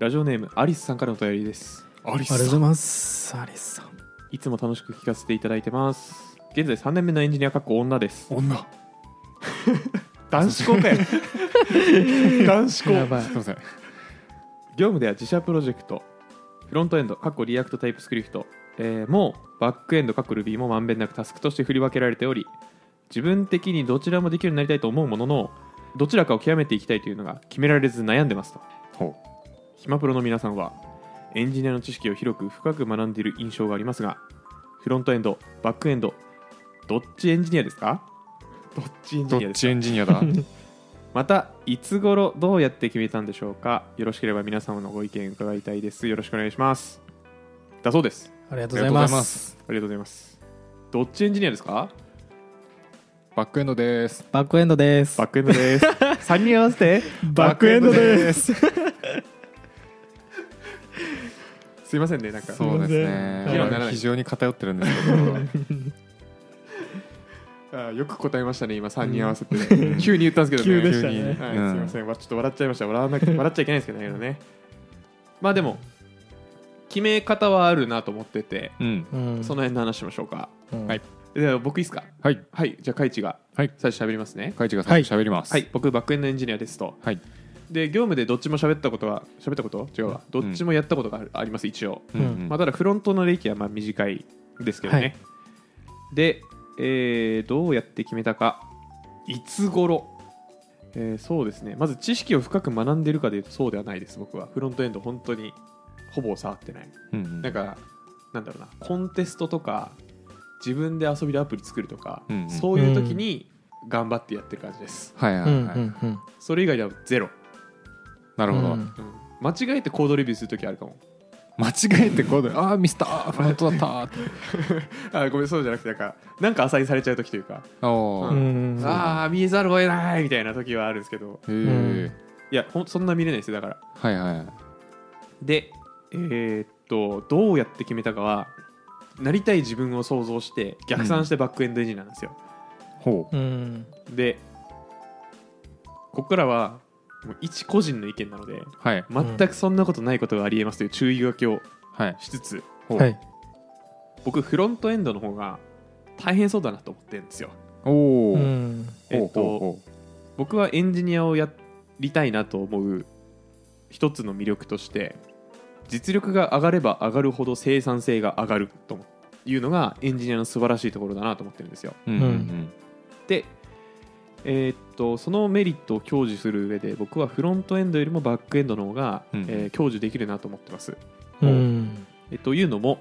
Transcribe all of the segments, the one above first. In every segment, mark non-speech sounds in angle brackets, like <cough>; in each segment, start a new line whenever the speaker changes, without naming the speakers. ラジオネームアリスさんからのお便りです
アリ
ありがとうございますアリスさん
いつも楽しく聞かせていただいてます現在3年目のエンジニアかっこ女です
女
男子校か <laughs> よ男子校
やばい
すいません
業務では自社プロジェクトフロントエンドかっこリアクトタイプスクリプト、えーもうバックエンドかっこ Ruby もまんべんなくタスクとして振り分けられており自分的にどちらもできるようになりたいと思うもののどちらかを極めていきたいというのが決められず悩んでますと
ほ
暇プロの皆さんはエンジニアの知識を広く深く学んでいる印象がありますがフロントエンドバックエンドどっちエンジニアですかどっちエン
う
ジ
ど
ニア
っ
です
ち
か
エンジニアだ
またいつ頃どうやって決めたんでしょうかよろしければ皆様のご意見伺いたいですよろしくお願いしますだそうです
ありがとうございます
ありがとうございますどっちエンジニアですか
バックエンドです
バックエンドです
バックエンドです3人合わせて
バックエンドです
<laughs> すいませんねなんか
そうですね
すいま
せん
はい非常に偏ってるんですけど
あーよく答えましたね今3人合わせて、 <laughs> 急に言ったんですけどね
<laughs> 急でしたね
急にはい
うん
すいませんわちょっと笑っちゃいました笑わ
<laughs>
なくて笑っちゃいけないんですけどね今ねまあでも決め方はあるなと思ってて
うん
うん
その辺の話しましょうか、
うん
はいでは僕いいですか
はい
はいじゃあカイチが
はい
最初喋りますね
カイチが最初喋ります
はい僕バックエンドエンジニアですと
はい
で業務でどっちも喋ったことは喋ったこと違うわどっちもやったことがあるあります一応、
うんうん
まあ、ただフロントの歴はまあ短いですけどね、
はい
で、えーどうやって決めたかいつ頃えーそうですねまず知識を深く学んでるかでいうとそうではないです僕はフロントエンド本当にほぼ触ってない
うんうん
だからなんだろうなコンテストとか自分で遊びでアプリ作るとか、
うんうん
そういう時に頑張ってやってる感じです、
はいは
う
い
んう
はい
んうん
それ以外ではゼロ、
なるほど
うん
うん間違えてコードレビューする時あるかも
間違えてこうでああミスターフロントだったーって
あごめんそうじゃなくてなんかなんかアサインされちゃう時というかう
おーへ
ん
ああ見えざるを得ないみたいな時はあるんですけど
え
いやほんそんな見れないですよだから
はいはい
でえーっとどうやって決めたかはなりたい自分を想像して逆算してバックエンドエンジニアなんですよ、
ほ
うん
でここからはもう一個人の意見なので
うはい
全くそんなことないことがありえますという注意書きを
はい
しつつ、
ほう
はい
僕フロントエンドの方が大変そうだなと思ってるんですよ
おお
うん
えっと僕はエンジニアをやりたいなと思う一つの魅力として実力が上がれば上がるほど生産性が上がるというのがエンジニアの素晴らしいところだなと思ってるんですよ。
うんうん
で、えーっとそのメリットを享受する上で僕はフロントエンドよりもバックエンドの方が、
うん
えー享受できるなと思ってます。
うん
えというのも、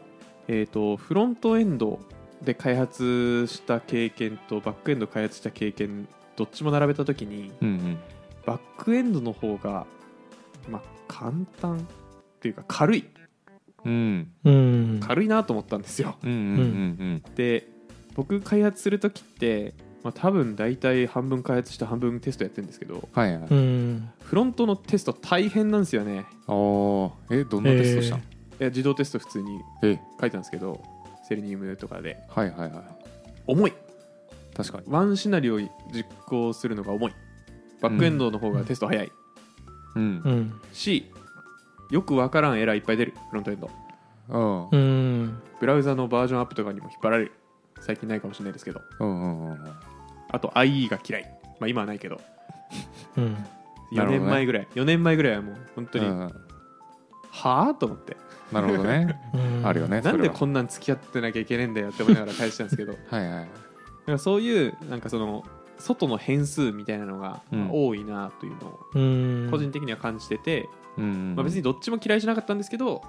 えー、とフロントエンドで開発した経験とバックエンド開発した経験どっちも並べた時に
うんうん
バックエンドの方が、まあ、簡単っていうか軽い
うん
うん
軽いなと思ったんですよ
うんうんうん
で僕開発する時って、まあ、多分大体半分開発して半分テストやってるんですけど
はいはい
うん
フロントのテスト大変なんですよね
おーえどんなテストしたの
いや自動テスト普通に
え
書いたんですけどセレニウムとかで
はいはいはい
重い
確かに
ワンシナリオ実行するのが重いバックエンドの方がテスト早い、
うん
うん
しよくわからんエラーいっぱい出るフロントエンド
うん
う
うん
ん
ブラウザのバージョンアップとかにも引っ張られる最近ないかもしれないですけど
うんうん
あと IE が嫌いまあ今はないけど
うん
4
なるほどね
年前ぐらい、4年前ぐらいはもう本当に、
うん
はあと思って
なるほどねあるよねそ
な
れは
んでこんなん付き合ってなきゃいけねえんだよって思いながら返したんですけどだ
はいはい
からそういう <laughs> なんかその外の変数みたいなのが
うん
多いなというのを
うん
個人的には感じてて、
うんうん
まあ、別にどっちも嫌いじゃなかったんですけど、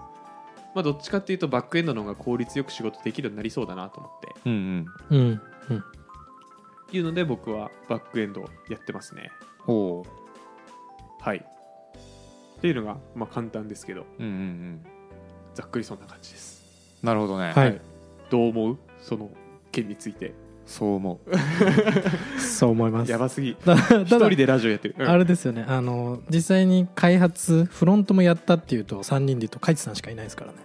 まあ、どっちかっていうとバックエンドの方が効率よく仕事できるようになりそうだなと思って
うんうん
うん
っていうので僕はバックエンドをやってますね
ほ
はいっていうのがまあ簡単ですけど
ううんうんうん
ざっくりそんな感じです
なるほどね
はい
どう思うその件について
そう思う
そう思います
やばすぎ
ただ
一
ただ
人でラジオやってる、うん
あれですよねあの実際に開発フロントもやったっていうと3人でいうとカイツさんしかいないですからね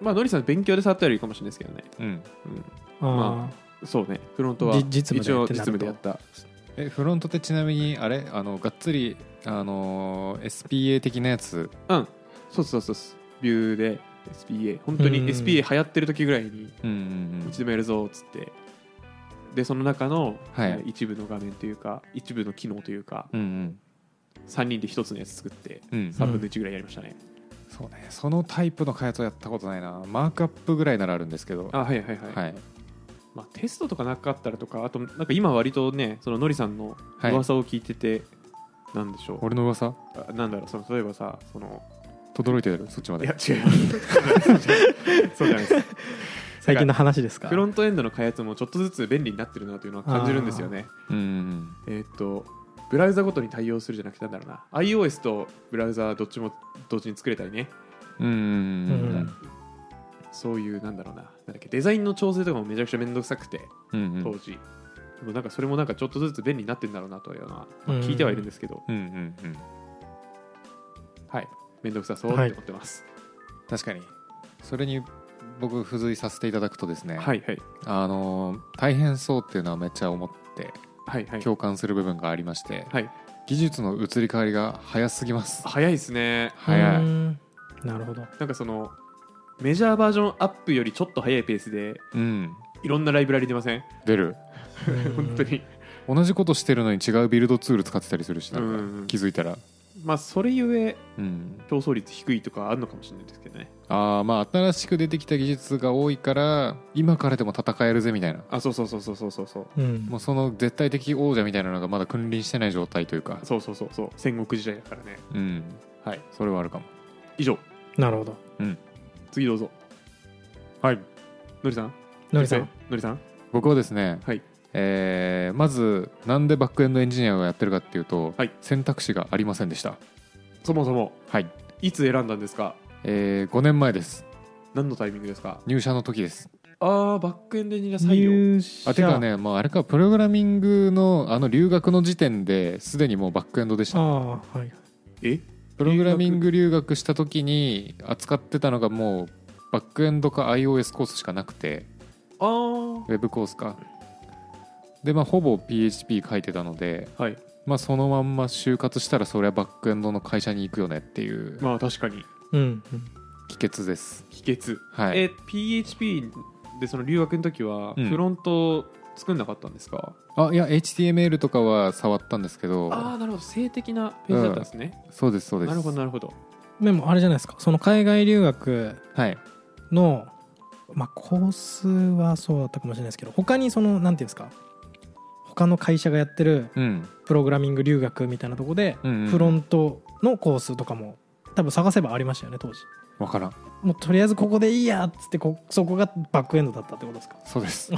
まあノリさん勉強で触ったよりいいかもしれないですけどね、
うん
うん、
あ
そうねフロントは
じ実務で
一応
って
実務
なると
でやった
えフロントってちなみにあれあのがっつりあのー SPA 的なやつ
うんそうそうそうそうビューで SPA 本当
う
に
ん
SPA 流行ってる時ぐらいに
うんうん
いつでもやるぞっつってでその中の、
はい
えー一部の画面というか一部の機能というか
うんうんうん
3人で1つのやつ作って
うん
3分の1ぐらいやりましたね、
そうねそのタイプの開発はやったことないなマークアップぐらいならあるんですけど
あはいはいはい、
はい
まあ、テストとかなかったらとかあとなんか今割とねそののりさんの
はい
噂を聞いてて、なんでしょう
俺の噂
あなんだろうその例えばさその
轟いてるそっちま
い <laughs>
で
や違いますそうじゃないです
最近の話ですか
フロントエンドの開発もちょっとずつ便利になってるなというのは感じるんですよね
うんうん
えーっとブラウザごとに対応するじゃなくてなんだろうな iOS とブラウザどっちも同時に作れたりね
うんうん
う
うん
ん
そういうなんだろうななんだっけデザインの調整とかもめちゃくちゃ面倒くさくて
うんうん
当時、でもなんかそれもなんかちょっとずつ便利になってんだろうなというのはまあ聞いてはいるんですけど、
うんうんうん
はい、めんどくさそうって思ってます。
確かにそれに僕付随させていただくとですね、
はいはい
あのー大変そうっていうのはめっちゃ思って
はいはい。
共感する部分がありまして、
はい、
技術の移り変わりが早すぎます
早いですね。
早い
うんなるほ
<laughs>
ど
なんかそのメジャーバージョンアップよりちょっと早いペースで
うん
いろんなライブラリ出ません
出る
本当に。
同じことしてるのに違うビルドツール使ってたりするしな
うんんう
か
ん
気づいたら、
まあそれゆえ
うん、
競争率低いとかあるのかもしれないですけどね。
あーまあ新しく出てきた技術が多いから今からでも戦えるぜみたいな
あ、そうそうそうそうそうそうそう。
うん
もうその絶対的王者みたいなのがまだ君臨してない状態というか
そうそうそうそう。戦国時代だからね。
うん
はい。
それはあるかも
以上。
なるほど
次どうぞ。
はい
のりさん。
のりさん
はい。のりさん。
僕はですね、
はい
えーまずなんでバックエンドエンジニアをやってるかっていうと、
はい
選択肢がありませんでした
そもそも
はい、
いつ選んだんですか
えー5年前です
何のタイミングですか
入社の時です
あー、バックエンドエンジニア採用。
あてかねもうあれかプログラミングのあの留学の時点ですでにもうバックエンドでし
あ
た
あはい
え
プログラミング留学した時に扱ってたのがもうバックエンドか iOS コースしかなくて
あー。
ウェブコースかでまあほぼ PHP 書いてたので
はい。
まあそのまんま就活したらそりゃバックエンドの会社に行くよねっていう
まあ確かに。
うんうん
帰結です
秘訣。
はい
え PHP でその留学の時は
うん
フロント作んなかったんですか、
あいや HTML とかは触ったんですけど
ああなるほど性的なページだったんですね、
そうですそうです
なるほどなるほど
でもあれじゃないですかその海外留学
はい
のまあコースはそうだったかもしれないですけど他にそのなんていうんですか他の会社がやってる
うん
プログラミング留学みたいなとこで
うんうん
フロントのコースとかも多分探せばありましたよね当時
わからん
もうとりあえずここでいいやっつってこそこがバックエンドだったってことですか
そう
<laughs>
です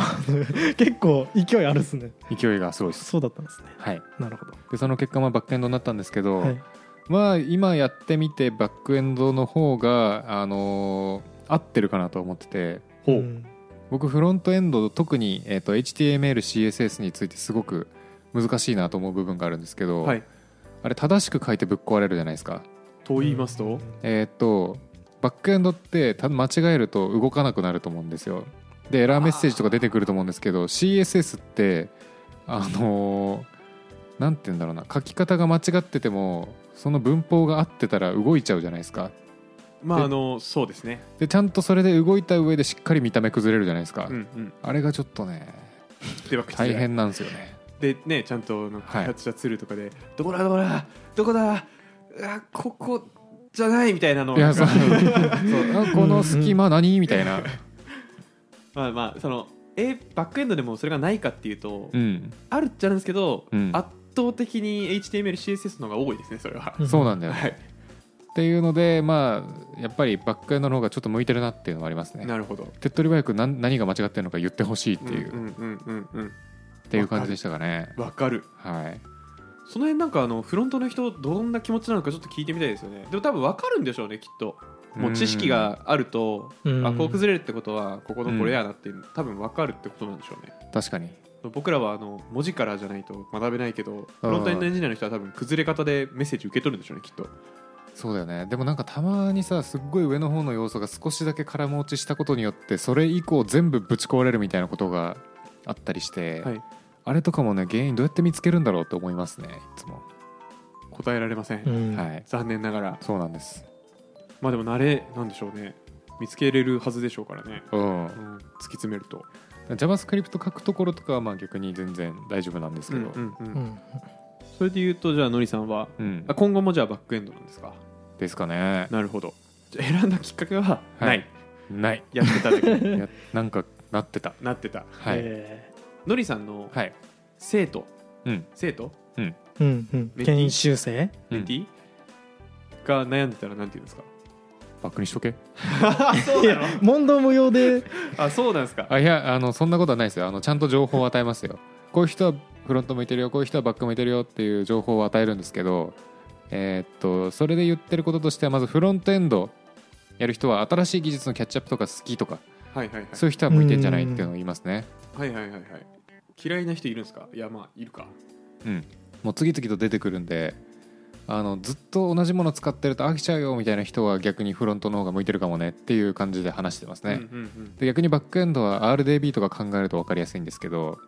結構勢いあるっすね
勢いがすごいです
そうだったんですね
はい
なるほど
でその結果まあバックエンドになったんですけど、
はい
まあ今やってみてバックエンドの方が、あのー合ってるかなと思ってて
ほう、
ん
僕フロントエンド特に、えー、と HTMLCSS についてすごく難しいなと思う部分があるんですけど、
はい
あれ正しく書いてぶっ壊れるじゃないですか
と言いますと、
えーっとバックエンドってた間違えると動かなくなると思うんですよでエラーメッセージとか出てくると思うんですけど CSS ってあのーなんて言うんだろうな書き方が間違っててもその文法が合ってたら動いちゃうじゃないですか
まあ
で
あのそうですね
でちゃんとそれで動いた上でしっかり見た目崩れるじゃないですか、
うんうん
あれがちょっとね
では口
大
で
変なんですよね
でねちゃんとなんか
は
開
い
発者ツールとかで、どこだどこだどこだうわここじゃないみたいなのを
いやそう
なんか <laughs>
そうあこの隙間何みたいな
まあまあそのえバックエンドでもそれがないかっていうと、
うん
あるっちゃあるんですけど、
うん
圧倒的に HTMLCSS の方が多いですねそれは、
うん
そうなんだよ、
はい
っていうのでまあやっぱりバックエンドの方がちょっと向いてるなっていうのはありますね
なるほど
手っ取り早く何何が間違ってるのか言ってほしいっていう,、
うんうんうんうん
っていう感じでしたかね
うんわかる
はい
その辺なんかあのフロントの人どんな気持ちなのかちょっと聞いてみたいですよねでも多分わかるんでしょうねきっともう知識があると、
うん
あこう崩れるってことはここのこれやなっていう、多分わかるってことなんでしょうね
確かに
僕らはあの文字からじゃないと学べないけどフロントエンドエンジニアの人は多分崩れ方でメッセージ受け取るんでしょうねきっと
そうだよねでもなんかたまにさすっごい上の方の要素が少しだけ空持ちしたことによってそれ以降全部ぶち壊れるみたいなことがあったりして、
はい
あれとかもね原因どうやって見つけるんだろうって思いますねいつも、
答えられません、
うん
はい
残念ながら
そうなんです
まあでも慣れなんでしょうね見つけれるはずでしょうからね、
うん
うん、突き詰めると
JavaScript 書くところとかはまあ逆に全然大丈夫なんですけど、
うんうんうん
うん、
それで言うとじゃあのりさんは
うん
あ今後もじゃあバックエンドなんですか
ですかね
なるほどじゃあ選んだきっかけはない、
はいない
やってただけ
<laughs> いやなんかなってた
なってた
<laughs> はい、
えーのりさんの
はい
生徒
うん
生徒
うんうん、
メティ
研修生
うん
メティが悩んでたらなんて言うんですか
バックにしとけ
あそう
い
なの
や <laughs> 問答無用で
あそうなんですか
あいやあのそんなことはないですよあのちゃんと情報を与えますよこういう人はフロント向いてるよこういう人はバック向いてるよっていう情報を与えるんですけどえーっとそれで言ってることとしてはまずフロントエンドやる人は新しい技術のキャッチアップとか好きとか
はいはいはい
そういう人は向いてんじゃないっていうのを言いますね
はいはいはいはい嫌いな人いるんですかいやまあいるか
うんもう次々と出てくるんであのずっと同じもの使ってると飽きちゃうよみたいな人は逆にフロントの方が向いてるかもねっていう感じで話してますね、
うんうん
で逆にバックエンドは RDB とか考えると分かりやすいんですけど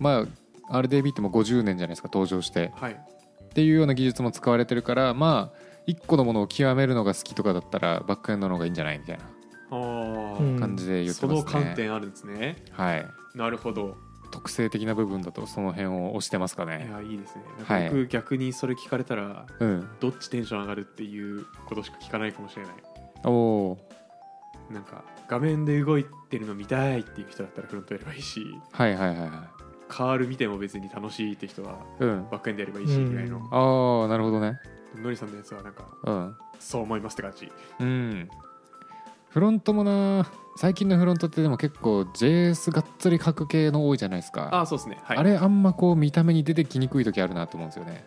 まあ RDB ってもう50年じゃないですか登場して
うんはい
っていうような技術も使われてるからまあ1個のものを極めるのが好きとかだったらバックエンドの方がいいんじゃないみたいな
あー
うん
感じで言って
そ
ますね、
の観点あるんですね
はい
なるほど
特性的な部分だとその辺を推してますか
い
ね
やいいですねなん
は
か
い
僕逆にそれ聞かれたら
うん
どっちテンション上がるっていうことしか聞かないかもしれない
おおー
なんか画面で動いてるの見たいっていう人だったらフロントやればいいし
はいはいはいは
カール見ても別に楽しいって人はい
うん
バックエンドやればいいしぐらいの、
ああなるほどね
のりさんのやつはなんか
うん
そう思いますって感じ
うんフロントもな最近のフロントってでも結構 JS がっつり書く系の多いじゃないですか
ああそうですねはい
あれあんまこう見た目に出てきにくい時あるなと思うんですよね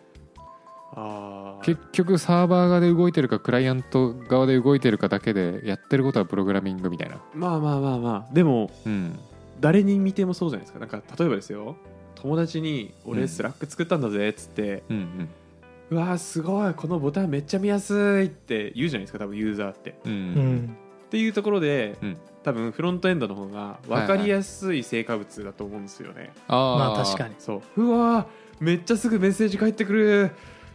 あー
結局サーバー側で動いてるかクライアント側で動いてるかだけでやってることはプログラミングみたいな
まあまあまあまあでも
うん
誰に見てもそうじゃないですかなんか例えばですよ友達に「
う
俺
ん
スラック作ったんだぜ」っつって
うん
「うわーすごいこのボタンめっちゃ見やすい」って言うじゃないですか多分ユーザーって。
うんう
うんん
っていうところで、
うん
多分フロントエンドの方が分かりやすい成果物だと思うんですよね。
あ
まあ確か
に、
に
そううわーめっちゃすぐメッセージ返ってくる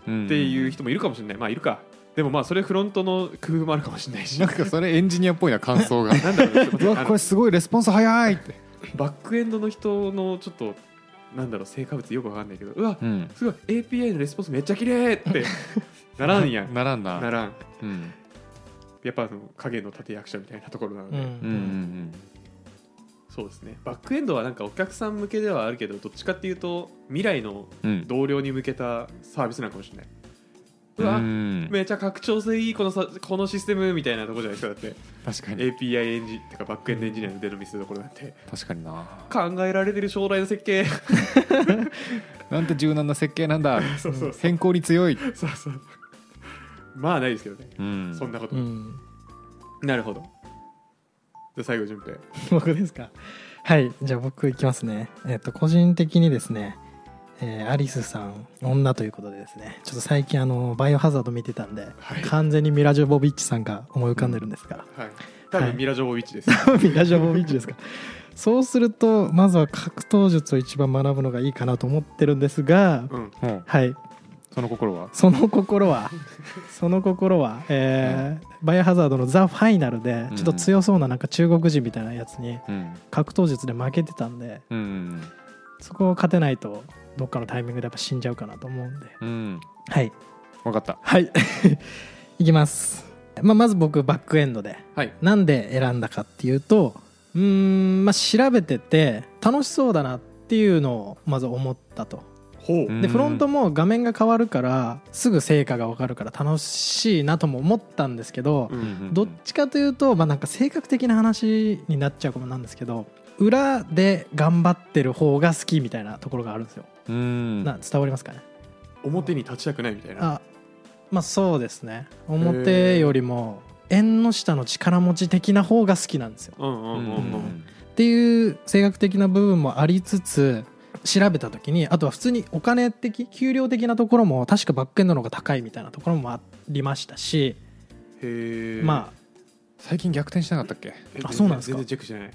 うん
っていう人もいるかもしれない、まあいるかでもまあそれフロントの工夫もあるかもしれないし
なんか <laughs> それエンジニアっぽいな感
<laughs>
想が
なんだろうねちょっ
う
と
わ
あ
こ
の
れすごいレスポンス早いって
バックエンドの人のちょっとなんだろう成果物よくわかんないけどうわ
うん
すごい API のレスポンスめっちゃ綺麗ってならんやん
ならんな
ならん
うん
やっぱあの影の立役者みたいなところなの
う
で、
うんうん
ん
そうですねバックエンドはなんかお客さん向けではあるけどどっちかっていうと未来の
うんうん
同僚に向けたサービスなのかもしれないうわ、
うん
めちゃ拡張性いいこのさこのシステムみたいなとこじゃないですかだって
確かに
API エンジンてかバックエンドエンジニアの出の見せどころなんて
確かにな
考えられてる将来の設計
なんて柔軟な設計なんだ
<laughs> そうそうそう
変更に強い、
<laughs> そうそうまあないですけどね、
うん
そんなこと、
うん
なるほどじゃあ最後順平
僕ですかはいじゃあ僕いきますねえっと個人的にですね、えーアリスさん女ということでですねちょっと最近あのバイオハザード見てたんで、
はい
完全にミラジョボビッチさんが思い浮かんでるんですが、
はい多
は
分
い
ミラ・ジョボビッチ <laughs> です、
ミラジョボビッチですか <laughs> そうするとまずは格闘術を一番学ぶのがいいかなと思ってるんですが、
うん
うん
はい
その心は
その心 <laughs> はその心は、えーバイオハザードの「ザ・ファイナルでちょっと強そうななんか中国人みたいなやつに
うん
格闘術で負けてたんで
うん
そこを勝てないとどっかのタイミングでやっぱ死んじゃうかなと思うんで
うん
はい
分かった
はい <laughs> いきます、まあ、まず僕バックエンドで
はい
なんで選んだかっていうとうーんまあ調べてて楽しそうだなっていうのをまず思ったと
ほう、
うん
でフロントも画面が変わるからすぐ成果が分かるから楽しいなとも思ったんですけど
うん
どっちかというとまあなんか性格的な話になっちゃうかもなんですけど裏で頑張ってる方が好きみたいなところがあるんですよ
うん
な伝わりますかね
表に立ちたくないみたいな
あまあそうですね表よりも縁の下の力持ち的な方が好きなんですよ
うんうんうんうん、
っていう性格的な部分もありつつ調べた時にあとは普通にお金的給料的なところも確かバックエンドの方が高いみたいなところもありましたし、
へえ
ま
最近逆転しなかったっけ
あそうなんですか
全然チェックしてない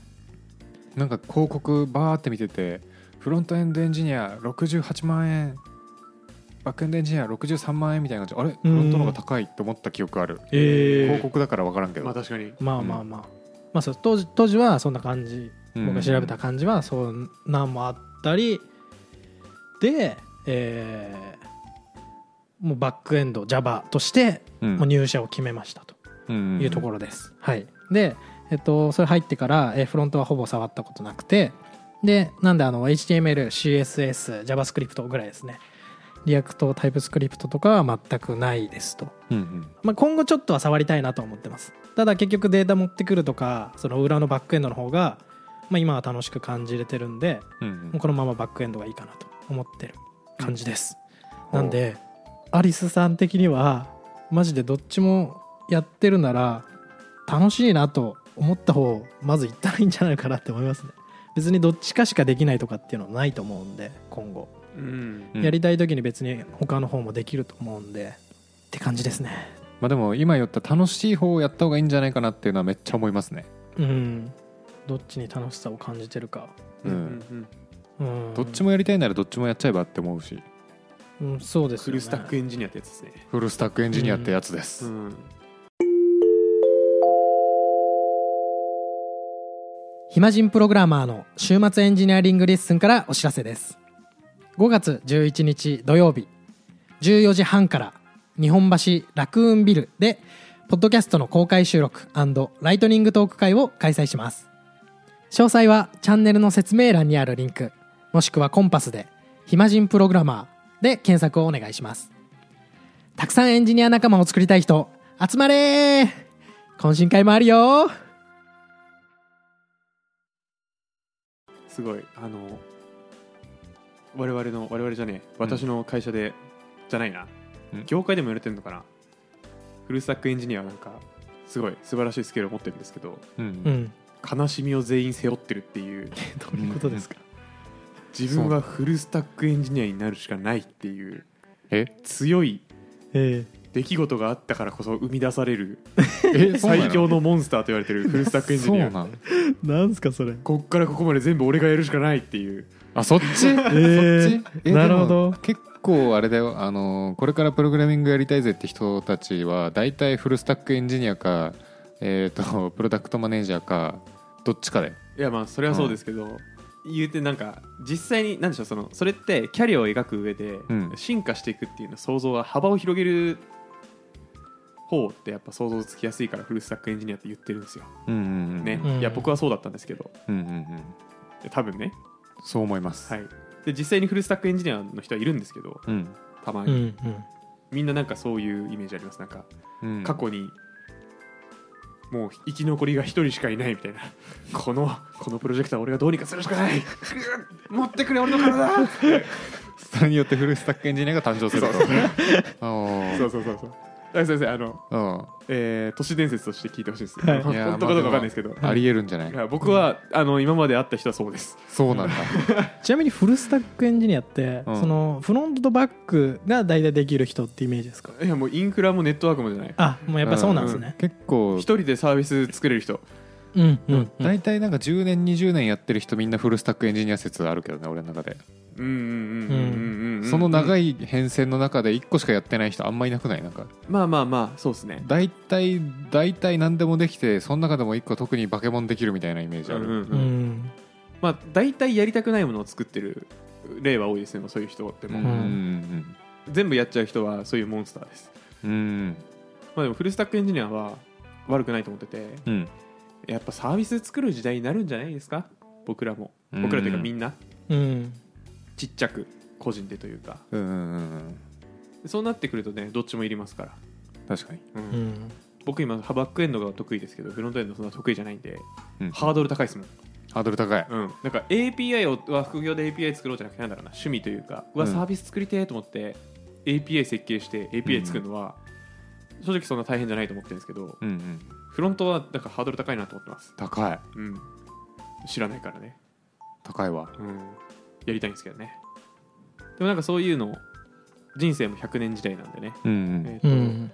なんか広告バーって見ててフロントエンドエンジニア68万円バックエンドエンジニア63万円みたいな感じであれ
う
フ
ん
ロントの方が高いと思った記憶ある
え
広告だから分からんけど、
まあ確かに
まあまあまあ、まあ、そう当時当時はそんな感じ
うん
僕が調べた感じはそんなんもあったりで、えーもうバックエンド Java として
うん
もう入社を決めましたと
うん
いうところです、はいで、えっと、それ入ってから、えーフロントはほぼ触ったことなくてでなんであの HTMLCSSJavaScript ぐらいですねリアクトタイプスクリプトとかは全くないですと
うんうん
まあ、今後ちょっとは触りたいなと思ってますただ結局データ持ってくるとかその裏のバックエンドの方が、まあ、今は楽しく感じれてるんで
うんう
もうんこのままバックエンドがいいかなと思ってる感じです、なんでアリスさん的にはマジでどっちもやってるなら楽しいなと思った方をまず行ったらいいんじゃないかなって思いますね別にどっちかしかできないとかっていうのはないと思うんで今後、
うん
うん
やりたい時に別に他の方もできると思うんでって感じですね
まあでも今言った楽しい方をやった方がいいんじゃないかなっていうのはめっちゃ思いますね、
うん、どっちに楽しさを感じてるか、
うん
うん
うん、
どっちもやりたいならどっちもやっちゃえばって思うし
うん、そうです
フ
よ、ね、
ルスタックエンジニアってやつですね
フルスタックエンジニアってやつです、
うん
暇人プログラマーの週末エンジニアリングレッスンからお知らせです5月11日土曜日14時半から日本橋ラクーンビルでポッドキャストの公開収録ライトニングトーク会を開催します詳細はチャンネルの説明欄にあるリンクもしくはコンパスで「暇人プログラマー」で検索をお願いしますたくさんエンジニア仲間を作りたい人集まれー懇親会もあるよー
すごいあの我々の我々じゃねえ私の会社で、じゃないな、
うん
業界でもやれてるのかなフルスタックエンジニアはなんかすごい素晴らしいスキルを持ってるんですけど
うん
うん
悲しみを全員背負ってるって
<laughs>
いう
どういうことですか、
自分はフルスタックエンジニアになるしかないっていう
え
強い
え
出来事があったからこそ生み出される
え
最強
の
のモンスターと言われてるフルスタックエンジニ
そう
ア
なん
なんすかそれ
こっからここまで全部俺がやるしかないっていう
あそっち、
ー
そっちえ
なるほど
でも結構あれだよあのこれからプログラミングやりたいぜって人たちは大体フルスタックエンジニアかえっ、と <laughs> プロダクトマネージャーかどっちかだよ
いやまあそれはそうですけど、言うてなんか実際に何でしょうそのそれってキャリアを描く上で
うん
進化していくっていうのは想像は幅を広げる方ってやっぱ想像つきやすいからフルスタックエンジニアって言ってるんですよ、
うんうんうん
ね
うん
いや僕はそうだったんですけど
うんうんうん
多分ね
そう思います、
はいで実際にフルスタックエンジニアの人はいるんですけど
うん
たま
う
に、
ん
みんななんかそういうイメージありますなんか
うん、
過去にもう生き残りが一人しかいないみたいなこのこのプロジェクター俺がどうにかするしか
<laughs>
ない持ってくれ俺の体
それによってフルスタックエンジニアが誕生するとあ
<laughs>
ー
そうそうそうそう。あ先生あの、
うん
えー都市伝説として聞いてほしいです。
はい
いや
本当かどうかわかんないですけど。
ありえるんじゃない、
いや僕は、あの今まで会った人はそうです。
そうなんだ
ちなみにフルスタックエンジニアって、
うん
そのフロントとバックが大体できる人ってイメージですか
いやもうインフラもネットワークもじゃない。
あもうやっぱりそうなんですね
結構
一人でサービス作れる人。
うんうんうん
大体なんか10年20年やってる人みんなフルスタックエンジニア説あるけどね俺の中で
うんうんうんうんうんうん。
その長
い。
い変遷の中で1個しかやってない人あんまいなくないなんか
まあまあまあそうですね。
大体大体何でもできてその中でも1個特にバケモンできるみたいなイメージ
うん
あ
う
る、
んう。
うんん
まあ大体やりたくないものを作ってる例は多いですね。そういう人っても、
うんうん
全部やっちゃう人はそういうモンスターです。
うんうん
まあでもフルスタックエンジニアは悪くないと思ってて、
うん
やっぱサービス作る時代になるんじゃないですか。僕らも僕らというかみんな。
うん
ちっちゃく個人でというか
うんうんうん
そうなってくるとねどっちもいりますから、
確かに
うん
うん
僕今バックエンドが得意ですけどフロントエンドそんな得意じゃないんで、
うん
ハードル高いですもん、
ハードル高い
うん、なんか API をは副業で API 作ろうじゃなくてなんだろうな趣味というかうわ
うん
サービス作りてえと思って、API 設計して API 作るのは、正直そんな大変じゃないと思ってるんですけど
うんうん
フロントはなんかハードル高いなと思ってます、
高い
うん、知らないからね
高いわ
うん、やりたいんですけどねでもなんかそういうのを人生も100年時代なんでね、
うん
えーと
うん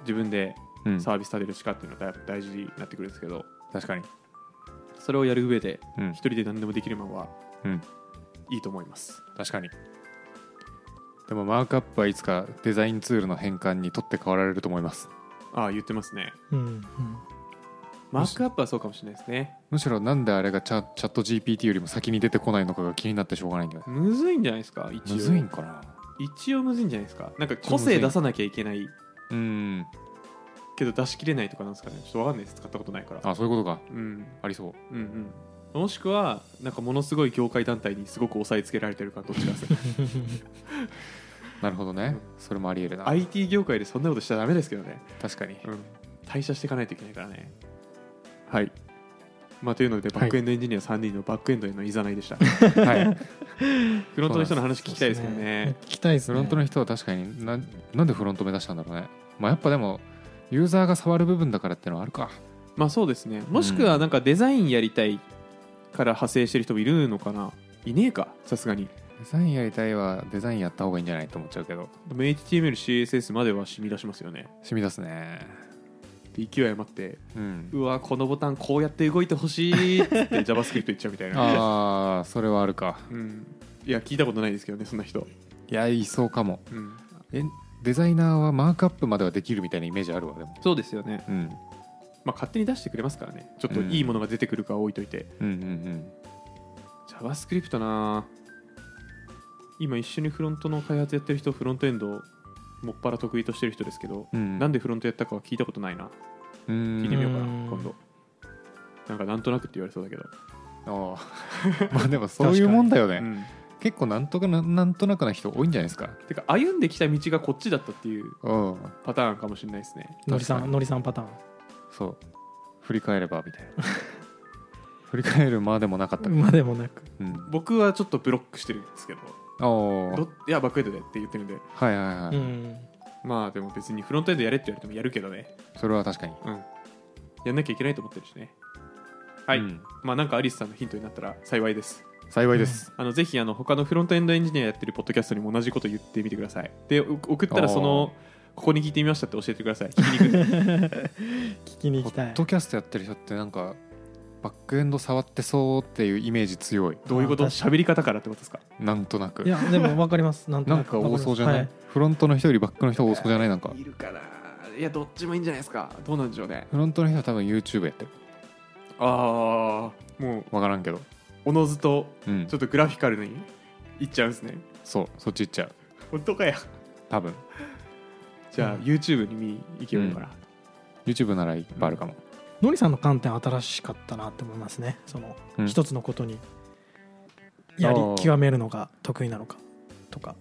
自分で
うんうん
サービス立てる力っていうのはだい大事になってくるんですけど
確かに
それをやる上で
うん
一人で何でもできるマンは
うん
いいと思います
確かにでもマークアップはいつかデザインツールの変換に取って代わられると思います
ああ言ってますね
うんうん
マークアップはそうかもしれないですね
むしろなんであれがチャチャット GPT よりも先に出てこないのかが気になってしょうがないんだよね
むずいんじゃないですか一応
むずいんかな
一応むずいんじゃないですかなんか個性出さなきゃいけない
うん
けど出しきれないとかなんですかねちょっとわかんないです使ったことないから
あそういうことか
うん
ありそう
うんうんもしくはなんかものすごい業界団体にすごく押さえつけられてるかどっちか <laughs> ですね
なるほどねそれもありえるな
IT 業界でそんなことしちゃダメですけどね、
確 <laughs> かに
うん、退社していかないといけないからねはいまあというのでバックエンドエンジニア3人のバックエンドへのいざない <laughs> でした、
はい
フロントの人の話聞きたいですけどね
聞きたいで
フ
すね
ロントの人は確かにななんでフロント目指したんだろうねまあやっぱでもユーザーが触る部分だからってのはあるか
まあそうですねもしくはなんかデザインやりたいから派生してる人もいるのかないねえかさすがに
デザインやりたいはデザインやった方がいいんじゃないと思っちゃうけど
でも HTMLCSS までは染み出しますよね
染み出すね
で勢い余って
うん
うわこのボタンこうやって動いてほしいっつって JavaScript 言っちゃうみたい <laughs> な、
ああそれはあるか
うん、いや聞いたことないですけどねそんな人、
いやいそうかも
うん、
えデザイナーはマークアップまではできるみたいなイメージあるわでも
そうですよね、
うん
まあ、勝手に出してくれますからねちょっといいものが出てくるかは置いといて、
うんうん
JavaScript なあ今一緒にフロントの開発やってる人フロントエンドをもっぱら得意としてる人ですけど、
うんうん
なん
で
でフロントやったかは聞いたことないな
聞
聞いてみようかな
うん
今度なんかなんとなくって言われそうだけど
ああ <laughs> まあでもそういうもんだよね、
うん
結構なんとかななんとなくな人多いんじゃないですか
てか歩んできた道がこっちだったっていう
うん
パターンかもしれないですね
のりさ
確か
ん
に
のりさんパターン
そう振り返ればみたいな <laughs> 振り返るまでもなかった
まあでもなく
うん
僕はちょっとブロックしてるんですけど
おー
どいやバックエンドでって言ってるんで
はいはいはい、
うん
まあでも別にフロントエンドやれって言われてもやるけどね
それは確かに
うんやんなきゃいけないと思ってるしねはい、
うん
まあなんかアリスさんのヒントになったら幸いです
幸いです、
あのぜひあの他のフロントエンドエンジニアやってるポッドキャストにも同じこと言ってみてくださいでお送ったらそのここに聞いてみましたって教えてください聞きに行くんで
聞きに行
ポ
きた
ッ
い
ドキャストやってる人ってなんかバックエンド触ってそうっていうイメージ強い
どういうこと
あ確か
喋り方からってことですか
なんとなく
いやでもわかりますなんと
なんか多そうじゃない、
わか
フロントの人よりバックの人多そうじゃないなんか
<laughs> いるかないやどっちもいいんじゃないですかどうなんでしょうね
フロントの人は多分 YouTube やってる
ああもう
分からんけど
おのずと
うん
ちょっとグラフィカルにいっちゃうんですね
そうそっち行っちゃう
本当かや
多分
じゃあ、
うん
YouTube に見に行けばいいのかな、
YouTube ならいっぱいあるかも、
りますはいのりさんの観点は新しかったなって思いますねその
うん
一つのことにやり
あー
極めるのが得意なのかとか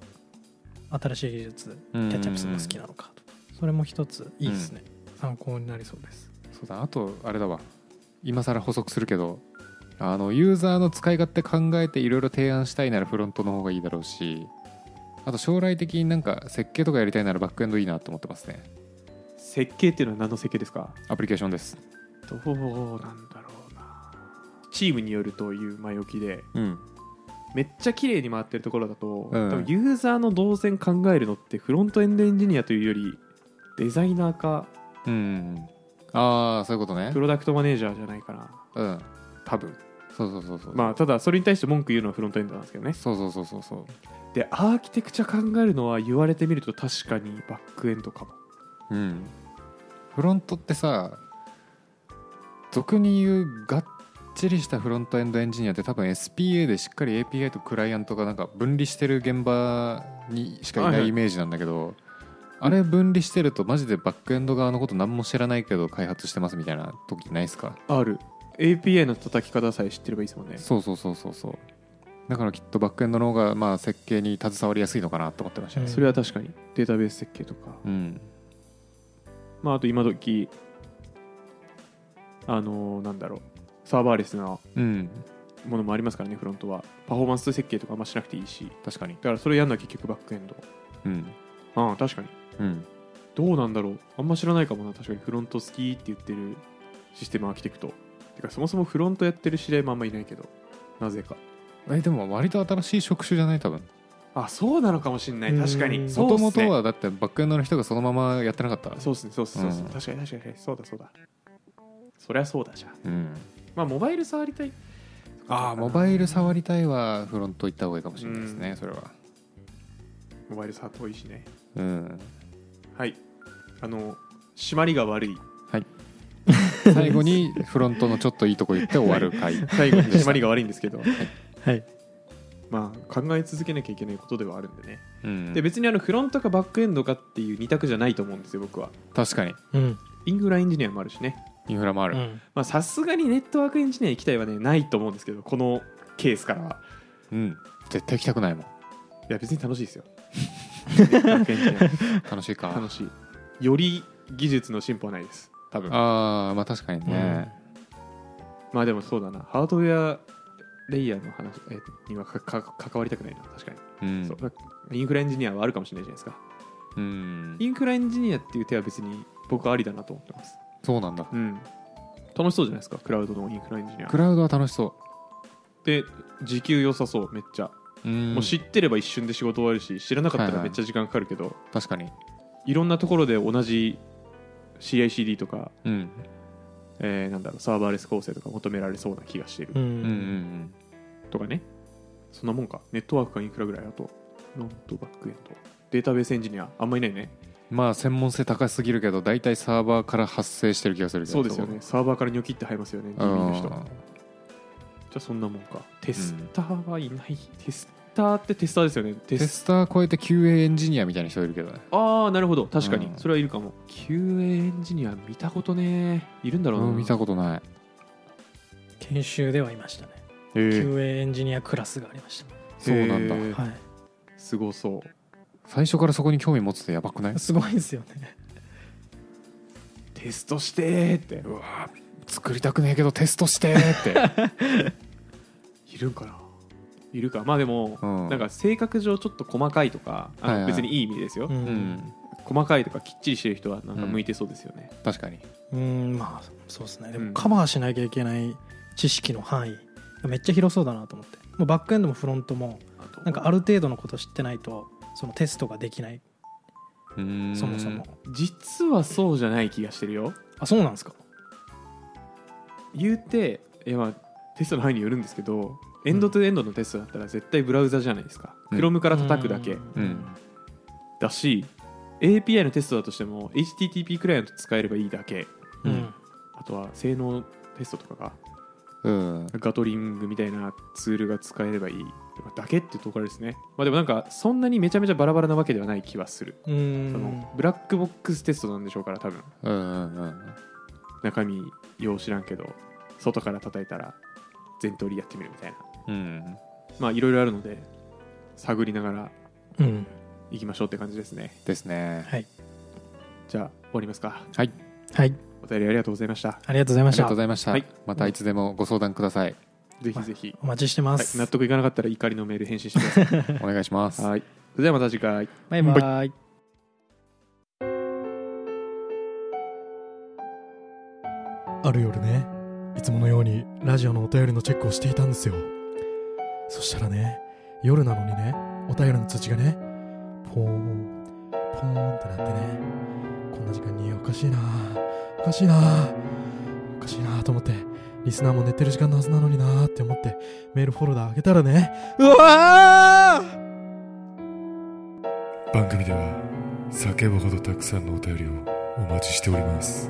新しい技術キ
うん
ャッチアップするのが好きなのかとそれも一ついいですね、参考になりそうです
そうだあとあれだわ今更補足するけどあのユーザーの使い勝手考えていろいろ提案したいならフロントの方がいいだろうしあと将来的になんか設計とかやりたいならバックエンドいいなと思ってますね
設計っていうのは何の設計ですか
アプリケーションです
どうなんだろうなチームによるという前置きで
うん
めっちゃ綺麗に回ってるところだと、
うん
多分ユーザーの動線考えるのってフロントエンドエンジニアというよりデザイナーか
うんうんああそういうことね
プロダクトマネージャーじゃないかな
うん
多分
そうそうそうそう、
まあただそれに対して文句言うのはフロントエンドなんですけどね
そうそうそうそうそう
でアーキテクチャ考えるのは言われてみると確かにバックエンドかも
うんフロントってさ俗に言うがっちりしたフロントエンドエンジニアって多分 SPA でしっかり API とクライアントがなんか分離してる現場にしかい
は
ない
はい
いイメージなんだけど、あれ分離してるとマジでバックエンド側のこと何も知らないけど開発してますみたいな時ないですか
R API の叩き方さえ知ってればいいですもんね
そうそうそうそうそうだからきっとバックエンドの方がまあ設計に携わりやすいのかなと思ってましたね
それは確かにデータベース設計とか、
うん
まあ、あと今時あのーなんだろうサーバーレスな
うん
ものもありますからねフロントはパフォーマンス設計とかあんましなくていいし
確かに
だからそれやるのは結局バックエンド
うん
ああ確かに
うん
どうなんだろうあんま知らないかもな確かにフロント好きって言ってるシステムアーキテクトてかそもそもフロントやってる知り合いもあんまいないけどなぜか
えでも割と新しい職種じゃない多分
あそうなのかもしれない
うん
確かに
元
も
そう
と
っすね
もとはだってバックエンドの人がそのままやってなかった
そうですねそうですねそうっすね
うん
確かに確かに確かにそうだそうだそりゃそうだじゃん
うん、
まあモバイル触りたい
ああモバイル触りたいはフロント行った方がいいかもしれないですね、
うん
それは
モバイルさ遠いしね
うん、
はいあの締まりが悪い
最後にフロントのちょっといいとこ言って終わる回
最後に締まりが悪いんですけど
はい
まあ考え続けなきゃいけないことではあるんでね
<laughs> うん
で別にあのフロントかバックエンドかっていう二択じゃないと思うんですよ僕は
確かに
うん
インフラエンジニアもあるしね
インフラもあ
う
る、
ん
まあさすがにネットワークエンジニア行きたいはねないと思うんですけどこのケースからは
うん、絶対行きたくないもん
いや別に楽しいですよネットワークエンジニ
楽しい
ア
か
楽しいより技術の進歩はないです多分
ああまあ確かにね、
まあでもそうだなハードウェアレイヤーの話、えーにはかか関わりたくないな確かに、
うん
そうだインフラエンジニアはあるかもしれないじゃないですか
うん
インフラエンジニアっていう手は別に僕はありだなと思ってます
そうなんだ
うん楽しそうじゃないですかクラウドのインフラエンジニア
クラウドは楽しそ
で時給良さそうめっちゃ、
う、うん、
もう知ってれば一瞬で仕事終わるし知らなかったらめっちゃ時間かかるけど、い
確かに、
ろんなところで同じ CICD とか、
うん、
えーなんだろうサーバーレス構成とか求められそうな気がしてる、
う
うんうんうんん
とかねそんなもんかネットワークかインフラぐらいあとフロントバックエンドデータベースエンジニアあんまいないね
まあ専門性高すぎるけど大体サーバーから発生してる気がするけど
そうですよねサーバーからニョキって入りますよね
う
住民の
ん
人じゃあそんなもんかテスターはいない、テスターってテスターですよねテ
テ
ス
スター超えて QA エンジニアみたいな人いるけどね
ああなるほど確かに、
うん
それはいるかも QA エンジニア見たことねいるんだろうな、
うん見たことない
研修ではいましたね
えー
QA エンジニアクラスがありまし
そうなんだ
へー
たはい
すごそう
最初からそこに興味持つってやばくない
すごいですよね
テストしてーって
うわー作りたくねえけどテストしてーって
いるんかないるかまあでも、
うん
なんか性格上ちょっと細かいとかあの
はいはい
別にいい意味ですよ、
うんん
細かいとかきっちりしてる人はなんか向いてそうですよね、
確かに
うんまあそうですねで
うん
もカバーしなきゃいけない知識の範囲がめっちゃ広そうだなと思ってもうバックエンドもフロントも
あと
なんかある程度のこと知ってないとそのテストができないそもそも
実はそうじゃない気がしてるよ
あそうなんですか
言うていやまあテストの範囲によるんですけどエンドトゥエンドのテストだったら絶対ブラウザじゃないですか、
うん
Chrome から叩くだけ
うん
だし API のテストだとしても HTTP クライアント使えればいいだけ
うん、
あとは性能テストとかが
うん
ガトリングみたいなツールが使えればいいだけっていうところですね、まあ、でもなんかそんなにめちゃめちゃバラバラなわけではない気はする、
う
そ
ん
のブラックボックステストなんでしょうから多分
うんうんうん
中身よう知らんけど外から叩いたら全通りやってみるみたいな
うん
まあいろいろあるので探りながら
うん
いきましょうって感じですね
ですね
はい
じゃあ終わりますか
はい
はい
お便りありがとうございました
ありがとうござい
あ
ま
り
し
が
た
とうございました
はい
またいつでもご相談ください
ぜひぜひ、
お待ちしてま
はい、
す、
納得いかなかったら怒りのメール返信してください
お願い
<laughs>
し
<laughs>
ます
はいそれではまた次回
バイバイ
ある夜ねいつものようにラジオのお便りのチェックをしていたんですよそしたらね夜なのにねお便りの通知がねポーンポーンってなってねこんな時間におかしいなおかしいなおかしいなと思ってリスナーも寝てる時間のはずなのになって思ってメールフォルダ開けたらねうわー
番組では叫ぶほどたくさんのお便りをお待ちしております